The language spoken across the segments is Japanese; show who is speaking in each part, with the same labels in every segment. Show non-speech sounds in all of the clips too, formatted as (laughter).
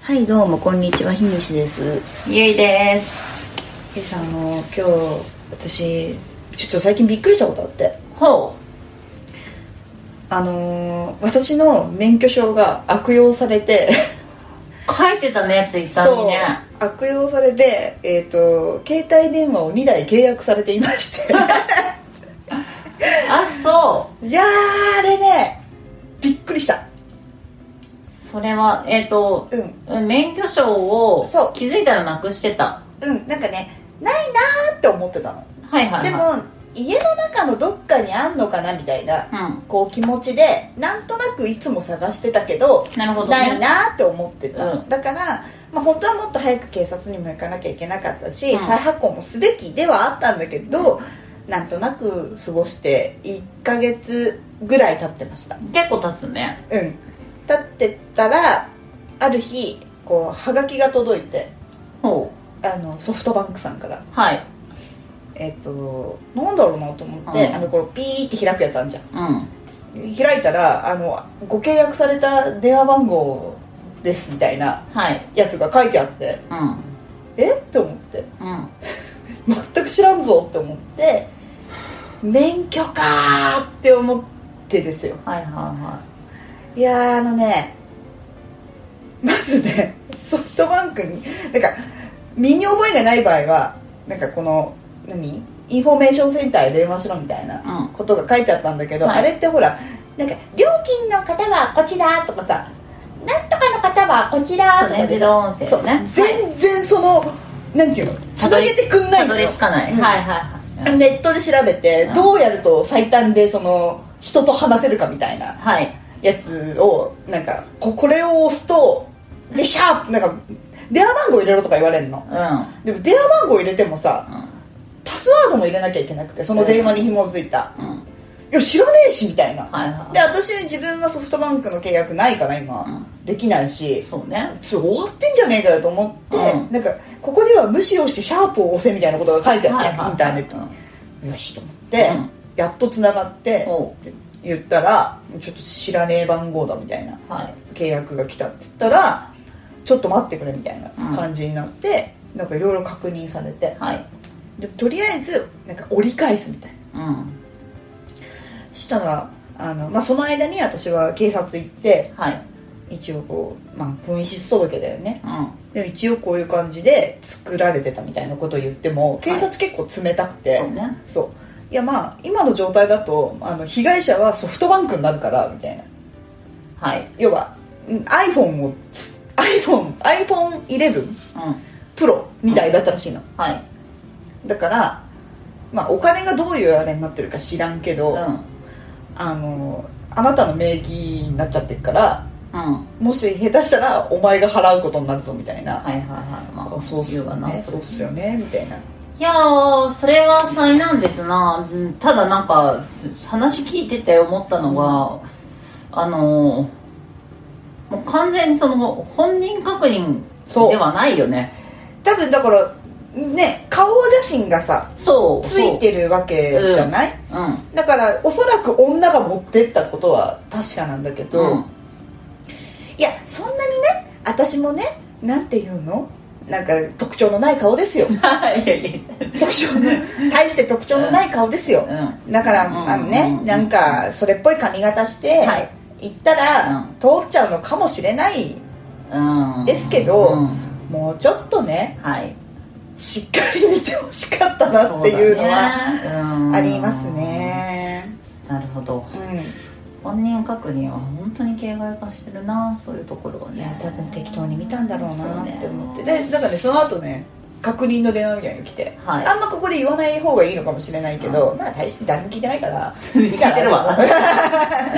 Speaker 1: はいどうもこんにちはひにしです
Speaker 2: ゆいです
Speaker 1: ひさんあの今日私ちょっと最近びっくりしたことあって
Speaker 2: ほ
Speaker 1: あのー私の免許証が悪用され (laughs) て
Speaker 2: う書いてたねついさんに
Speaker 1: そう
Speaker 2: ね
Speaker 1: 悪用されてえっ、と携帯電話を2台契約されていまして (laughs)
Speaker 2: あそ
Speaker 1: いやーあれねびっくりした
Speaker 2: うそれはえっ、と
Speaker 1: うん
Speaker 2: 免許証を
Speaker 1: そう
Speaker 2: 気づいたらなくしてた
Speaker 1: うんなんかねないなーって思ってたの
Speaker 2: はいはいはい
Speaker 1: でも家の中のどっかにあんのかなみたいな
Speaker 2: うん
Speaker 1: こう気持ちでなんとなくいつも探してたけど
Speaker 2: なるほどね
Speaker 1: ないなーって思ってた、
Speaker 2: うん
Speaker 1: だから、まあ、本当はもっと早く警察にも行かなきゃいけなかったし、
Speaker 2: うん
Speaker 1: 再発行もすべきではあったんだけど、なんとなく過ごして1ヶ月ぐらい経ってました
Speaker 2: 結構経つね
Speaker 1: うん経ってたらある日こうはがきが届いて
Speaker 2: ほ
Speaker 1: あのソフトバンクさんから
Speaker 2: うはい
Speaker 1: えっとなんだろうなと思って、
Speaker 2: うん
Speaker 1: あのこうピーって開くやつあるじゃん
Speaker 2: うん
Speaker 1: 開いたらあのご契約された電話番号ですみたいな
Speaker 2: はい
Speaker 1: やつが書いてあって
Speaker 2: うん
Speaker 1: えって思って
Speaker 2: うん
Speaker 1: 全く知らんぞって思って免許かーって思ってですよ
Speaker 2: はいはいはい
Speaker 1: やーあのねまずねソフトバンクになんか身に覚えがない場合はなんかこの何インフォメーションセンターへ電話しろみたいな
Speaker 2: うん
Speaker 1: ことが書いてあったんだけど、
Speaker 2: はい
Speaker 1: あれってほらなんか料金の方はこちらとかさなんとかの方はこちら
Speaker 2: いそ
Speaker 1: と
Speaker 2: う
Speaker 1: か
Speaker 2: ね
Speaker 1: で
Speaker 2: 自動音声
Speaker 1: そう
Speaker 2: ね
Speaker 1: 全然その、なんていうのつなげてくんない
Speaker 2: た
Speaker 1: の
Speaker 2: ど
Speaker 1: よ
Speaker 2: り着かない、
Speaker 1: うん
Speaker 2: はいはいはい
Speaker 1: ネットで調べて
Speaker 2: うん
Speaker 1: どうやると最短でその人と話せるかみたいな
Speaker 2: はい
Speaker 1: やつをなんかここれを押すとでシャーってなんか電話番号入れろとか言われるの
Speaker 2: う
Speaker 1: でも電話番号入れてもさ
Speaker 2: ん
Speaker 1: パスワードも入れなきゃいけなくてその電話に紐づいた
Speaker 2: うんうん
Speaker 1: いや知らねえしみたいな
Speaker 2: はいはい
Speaker 1: で私自分はソフトバンクの契約ないから今、
Speaker 2: うん
Speaker 1: できないし
Speaker 2: そうね
Speaker 1: ちょ終わってんじゃねえかよと思って、
Speaker 2: うん
Speaker 1: なんかここでは無視をしてシャープを押せみたいなことが書いてあって、
Speaker 2: はいはい
Speaker 1: インターネットによしと思って、
Speaker 2: うん
Speaker 1: やっとつながって
Speaker 2: おう
Speaker 1: って言ったらちょっと知らねえ番号だみたいな
Speaker 2: はい
Speaker 1: 契約が来たって言ったらちょっと待ってくれみたいな感じになって、なんかいろいろ確認されて
Speaker 2: はい
Speaker 1: でとりあえずなんか折り返すみたいな
Speaker 2: うん
Speaker 1: したらあの、まあ、その間に私は警察行って
Speaker 2: はい
Speaker 1: 一応こう、まあ、紛失届だよね
Speaker 2: うん
Speaker 1: でも一応こういう感じで作られてたみたいなことを言っても警察結構冷たくて、
Speaker 2: そうね
Speaker 1: そういやまあ今の状態だとあの被害者はソフトバンクになるからみたいな
Speaker 2: はい
Speaker 1: 要はうん iPhone を iPhoneiPhone11
Speaker 2: うん
Speaker 1: プロみたいだったらしいの、
Speaker 2: はい
Speaker 1: だからまあお金がどういうあれになってるか知らんけど、
Speaker 2: うん
Speaker 1: あのあなたの名義になっちゃってるから
Speaker 2: うん
Speaker 1: もし下手したらお前が払うことになるぞみたいな、
Speaker 2: はいはいはいま
Speaker 1: あそうっす
Speaker 2: 言う
Speaker 1: よ
Speaker 2: わな
Speaker 1: ねそうっすよねみたいない
Speaker 2: やーそれは災難ですなうんただなんか話聞いてて思ったのが、あのーもう完全にその本人確認
Speaker 1: そう
Speaker 2: ではないよね
Speaker 1: 多分だからね顔写真がさ
Speaker 2: そう
Speaker 1: ついてるわけじゃない、
Speaker 2: そううん
Speaker 1: だからおそらく女が持ってったことは確かなんだけど、
Speaker 2: うん
Speaker 1: いやそんなにね私もねなんていうのなんか特徴のない顔です
Speaker 2: (laughs)
Speaker 1: よ
Speaker 2: いやい
Speaker 1: 特徴の大して特徴のない顔ですよ、
Speaker 2: やうん
Speaker 1: だから、
Speaker 2: うん
Speaker 1: あのね
Speaker 2: うん
Speaker 1: なんかそれっぽい髪型して、
Speaker 2: はい
Speaker 1: 行ったら、
Speaker 2: うん
Speaker 1: 通っちゃうのかもしれない
Speaker 2: うん
Speaker 1: ですけど
Speaker 2: うん
Speaker 1: もうちょっとね
Speaker 2: はい
Speaker 1: しっかり見てほしかったなっていうのは
Speaker 2: そうだねうん
Speaker 1: ありますね
Speaker 2: なるほど
Speaker 1: うん
Speaker 2: 本人確認は本当に形骸化してるなそういうところはいね
Speaker 1: や多分適当に見たんだろう
Speaker 2: そ
Speaker 1: な
Speaker 2: ね
Speaker 1: って思って、でなんかねその後ね確認の電話みたいなのが来て、
Speaker 2: はい
Speaker 1: あんまここで言わない方がいいのかもしれないけど、まあ大して誰も聞いてないから (laughs)
Speaker 2: 聞いてるわ
Speaker 1: いいかななん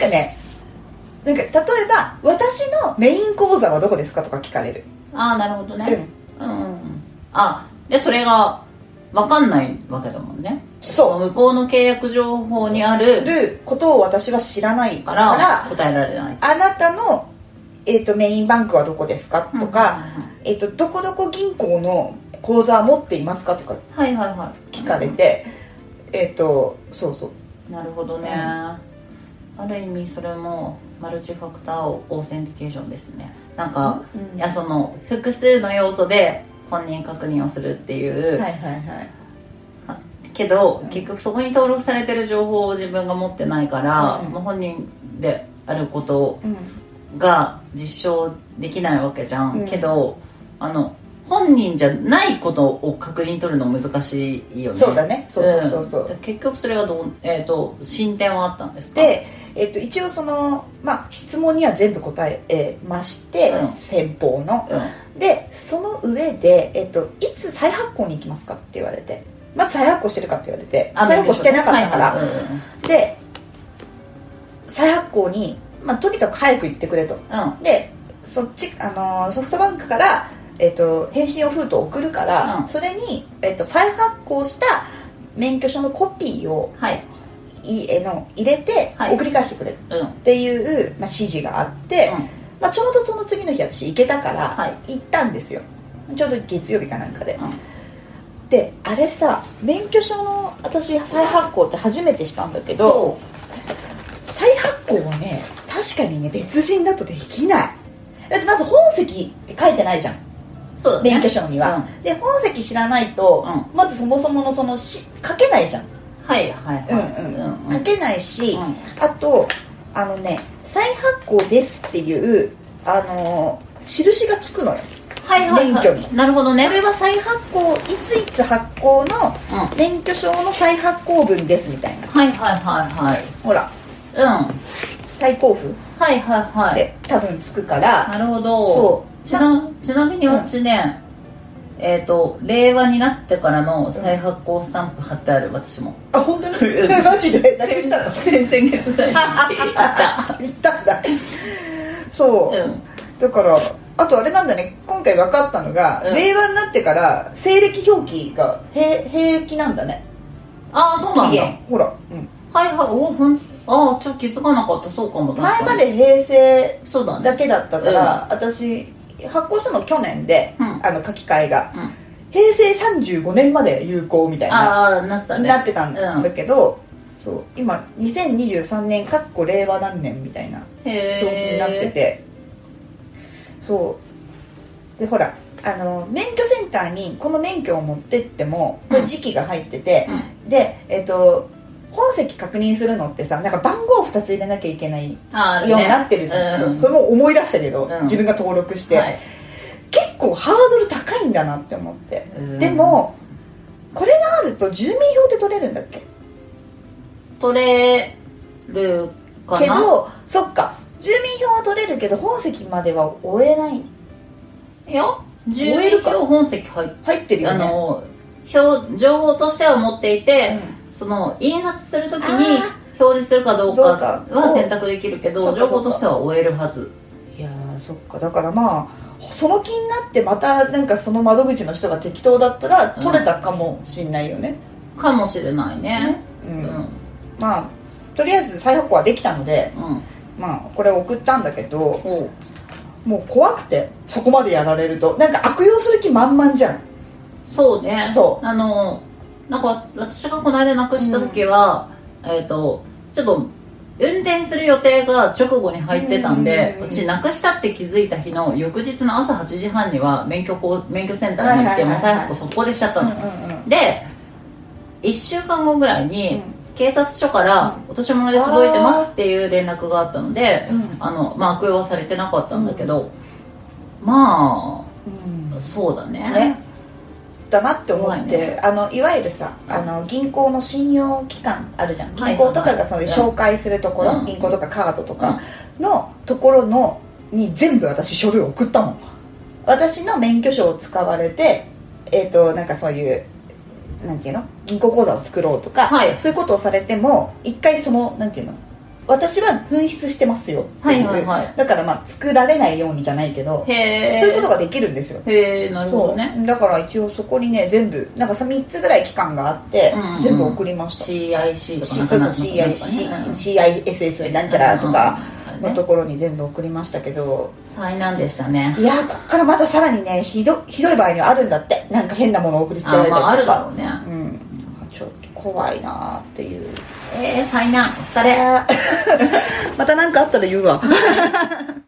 Speaker 1: かねなんか例えば私のメイン講座はどこですかとか聞かれる、
Speaker 2: ああなるほどねうん、うんうん、あでそれが分かんないわけだもんね
Speaker 1: そ
Speaker 2: 向こうの契約情報にあ
Speaker 1: う
Speaker 2: る
Speaker 1: ることを私は知らない
Speaker 2: か
Speaker 1: から
Speaker 2: ら答えられない
Speaker 1: あなたの、えー、とメインバンクはどこですかとか、えー、とどこどこ銀行の口座持っていますかとか
Speaker 2: うんはいはいはい
Speaker 1: 聞かれて、えっ、とそうそう
Speaker 2: なるほどね、ある意味それもマルチファクターオーセンティケーションですねなんか、
Speaker 1: うん
Speaker 2: いやその複数の要素で本人確認をするっていう、
Speaker 1: はいはいはい
Speaker 2: けど結局そこに登録されてる情報を自分が持ってないから、
Speaker 1: うん
Speaker 2: もう本人であること
Speaker 1: うん
Speaker 2: が実証できないわけじゃん、
Speaker 1: うん
Speaker 2: けどあの本人じゃないことを確認取るの難しいよね
Speaker 1: そうだねそうそうそうそうん
Speaker 2: だから結局それがどう、えー、と進展はあったんですか
Speaker 1: で、えっと、一応その、まあ、質問には全部答えまして、
Speaker 2: うん
Speaker 1: 先方の
Speaker 2: うん
Speaker 1: でその上で、えっと、いつ再発行に行きますかって言われてまず再発行してるかって言われて
Speaker 2: あ
Speaker 1: 再発行してなかったから、
Speaker 2: はいはい
Speaker 1: で再発行に、まあ、とにかく早く行ってくれと
Speaker 2: うん
Speaker 1: でそっち、あのーソフトバンクから、えっと返信用封筒を送るから、
Speaker 2: うん
Speaker 1: それに、えっと再発行した免許証のコピーを
Speaker 2: はい
Speaker 1: いえの入れて
Speaker 2: はい
Speaker 1: 送り返してくれ
Speaker 2: うん
Speaker 1: っていう、まあ、指示があって、まあ、ちょうどその次の日私行けたから
Speaker 2: はい
Speaker 1: 行ったんですよ、ちょうど月曜日かなんかで、
Speaker 2: う
Speaker 1: であれさ免許証の私再発行って初めてしたんだけど再発行はね確かにね別人だとできないだってまず本籍って書いてないじゃん
Speaker 2: んそうだね
Speaker 1: 免許証には、で本籍知らないと、まずそもそものそのし書けないじゃん、
Speaker 2: はいはいは
Speaker 1: う
Speaker 2: い
Speaker 1: ん
Speaker 2: うん
Speaker 1: 書けないし、
Speaker 2: うん
Speaker 1: あとあのね再発行ですっていうあのー印がつくのよ
Speaker 2: はいはいは
Speaker 1: 免許に
Speaker 2: いなるほどね
Speaker 1: これは再発行いついつ発行の
Speaker 2: うんはい
Speaker 1: 免許証の再発行分ですみたいな
Speaker 2: はいはいはい
Speaker 1: ほら
Speaker 2: うん
Speaker 1: 再交付
Speaker 2: はいはいはい
Speaker 1: で多分つくから、
Speaker 2: なるほど
Speaker 1: そう
Speaker 2: ちなちなみに私ね、えっ、と令和になってからの再発行スタンプ貼ってある私も
Speaker 1: あ本
Speaker 2: (laughs)
Speaker 1: 当に
Speaker 2: う
Speaker 1: (laughs)
Speaker 2: ん
Speaker 1: マジでなくしたの
Speaker 2: 先先月ぐらいに貼っ
Speaker 1: (laughs) 言ったんだそ
Speaker 2: た、
Speaker 1: う、
Speaker 2: うん、
Speaker 1: だからあとあれなんだね今回分かったのが、
Speaker 2: うん
Speaker 1: 令和になってから西暦表記が平平気なんだね
Speaker 2: ああそうなん
Speaker 1: 期
Speaker 2: だ
Speaker 1: 限ほら、うん、
Speaker 2: はいはいおほんああちょっと気づかなかったそうかも確か
Speaker 1: 前
Speaker 2: に
Speaker 1: まで平成
Speaker 2: そうだね
Speaker 1: だけだったから、私発行したの去年で、
Speaker 2: うん
Speaker 1: あの書き換えが
Speaker 2: うん
Speaker 1: 平成35年まで有効みたいな
Speaker 2: ああなったね
Speaker 1: なってたんだ
Speaker 2: う
Speaker 1: けど、そう今2023年かっこ令和何年みたいな表記
Speaker 2: へ
Speaker 1: に
Speaker 2: え
Speaker 1: なっててそうでほらあの免許センターにこの免許を持ってってもこれ時期が入ってて、でえっ、と本籍確認するのってさなんか番号2つ入れなきゃいけない
Speaker 2: あ
Speaker 1: ようになってるじゃん、
Speaker 2: うん
Speaker 1: それも思い出したけど、
Speaker 2: うん
Speaker 1: 自分が登録して、
Speaker 2: はい
Speaker 1: 結構ハードル高いんだなって思って、
Speaker 2: うん
Speaker 1: でもこれがあると住民票って取れるんだっけ
Speaker 2: 取れるかな
Speaker 1: けどそっか住民票は取れるけど本籍までは追えない
Speaker 2: いや住
Speaker 1: 終える
Speaker 2: 民
Speaker 1: か
Speaker 2: 票本籍入っ
Speaker 1: 入ってるよ
Speaker 2: あ
Speaker 1: ね
Speaker 2: の表情報としては持っていて、その印刷するときに表示するかどうか
Speaker 1: どうか
Speaker 2: は選択できるけ
Speaker 1: そ
Speaker 2: ど
Speaker 1: っかそ
Speaker 2: 情
Speaker 1: っか
Speaker 2: 報としては終えるはず
Speaker 1: いやーそっかだからまあその気になってまたなんかその窓口の人が適当だったら
Speaker 2: うん
Speaker 1: 取れたかもしんないよね、
Speaker 2: かもしれないね
Speaker 1: う
Speaker 2: うんんうん
Speaker 1: まあとりあえず再発行はできたのでまあこれ送ったんだけど
Speaker 2: おう
Speaker 1: もう怖くてそこまでやられるとなんか悪用する気満々じゃん
Speaker 2: そうね
Speaker 1: そう
Speaker 2: あのなんか私がこの間なくした時は、えっ、とちょっと運転する予定が直後に入ってたんで、
Speaker 1: う
Speaker 2: うんちなくしたって気づいた日の翌日の朝8時半には免許こう免許センターに行っ
Speaker 1: は
Speaker 2: て
Speaker 1: い
Speaker 2: も
Speaker 1: は
Speaker 2: う
Speaker 1: いはいはい
Speaker 2: 再発行速攻でしちゃった
Speaker 1: う
Speaker 2: の、
Speaker 1: んうんうん
Speaker 2: で1週間後ぐらいに
Speaker 1: う
Speaker 2: 警察署からお年物で届いてますっていう連絡があったので、
Speaker 1: うん
Speaker 2: あのまあ、悪用はされてなかったんだけど、まあそうだね
Speaker 1: ねだなって思って、
Speaker 2: 怖いね
Speaker 1: あのいわゆるさあの銀行の信用機関あるじゃん
Speaker 2: はい
Speaker 1: 銀行とかがそういう
Speaker 2: うん
Speaker 1: 紹介するところ、
Speaker 2: うん
Speaker 1: 銀行とかカードとかのところのに全部私書類を送ったもん私の免許証を使われてえっ、となんかそういうなんていうの銀行口座を作ろうとか、
Speaker 2: はい
Speaker 1: そういうことをされても一回そのなんていうの私は紛失してますよっていう、
Speaker 2: はいはいはい
Speaker 1: だからまあ作られないようにじゃないけど
Speaker 2: へえ
Speaker 1: そういうことができるんですよ
Speaker 2: へえなるほ
Speaker 1: そ
Speaker 2: ど
Speaker 1: う
Speaker 2: ね
Speaker 1: だから一応そこにね全部なんかさ3つぐらい期間があって、
Speaker 2: うんうん
Speaker 1: 全部送りました、
Speaker 2: CIC と
Speaker 1: し
Speaker 2: か
Speaker 1: そうそう
Speaker 2: なんかなんかねうん
Speaker 1: CISS なんちゃらとか
Speaker 2: うん
Speaker 1: のところに全部送りましたけど
Speaker 2: 災難でしたね
Speaker 1: いやーこっからまたさらにねひどひどい場合にはあるんだってなんか変なものを送りつけ
Speaker 2: あ
Speaker 1: られ
Speaker 2: まあ
Speaker 1: た
Speaker 2: あ
Speaker 1: り
Speaker 2: る
Speaker 1: と
Speaker 2: だろ
Speaker 1: か
Speaker 2: うね
Speaker 1: うんちょっと怖いなーっていう
Speaker 2: えー、災難お疲れ
Speaker 1: また何かあったら言うわ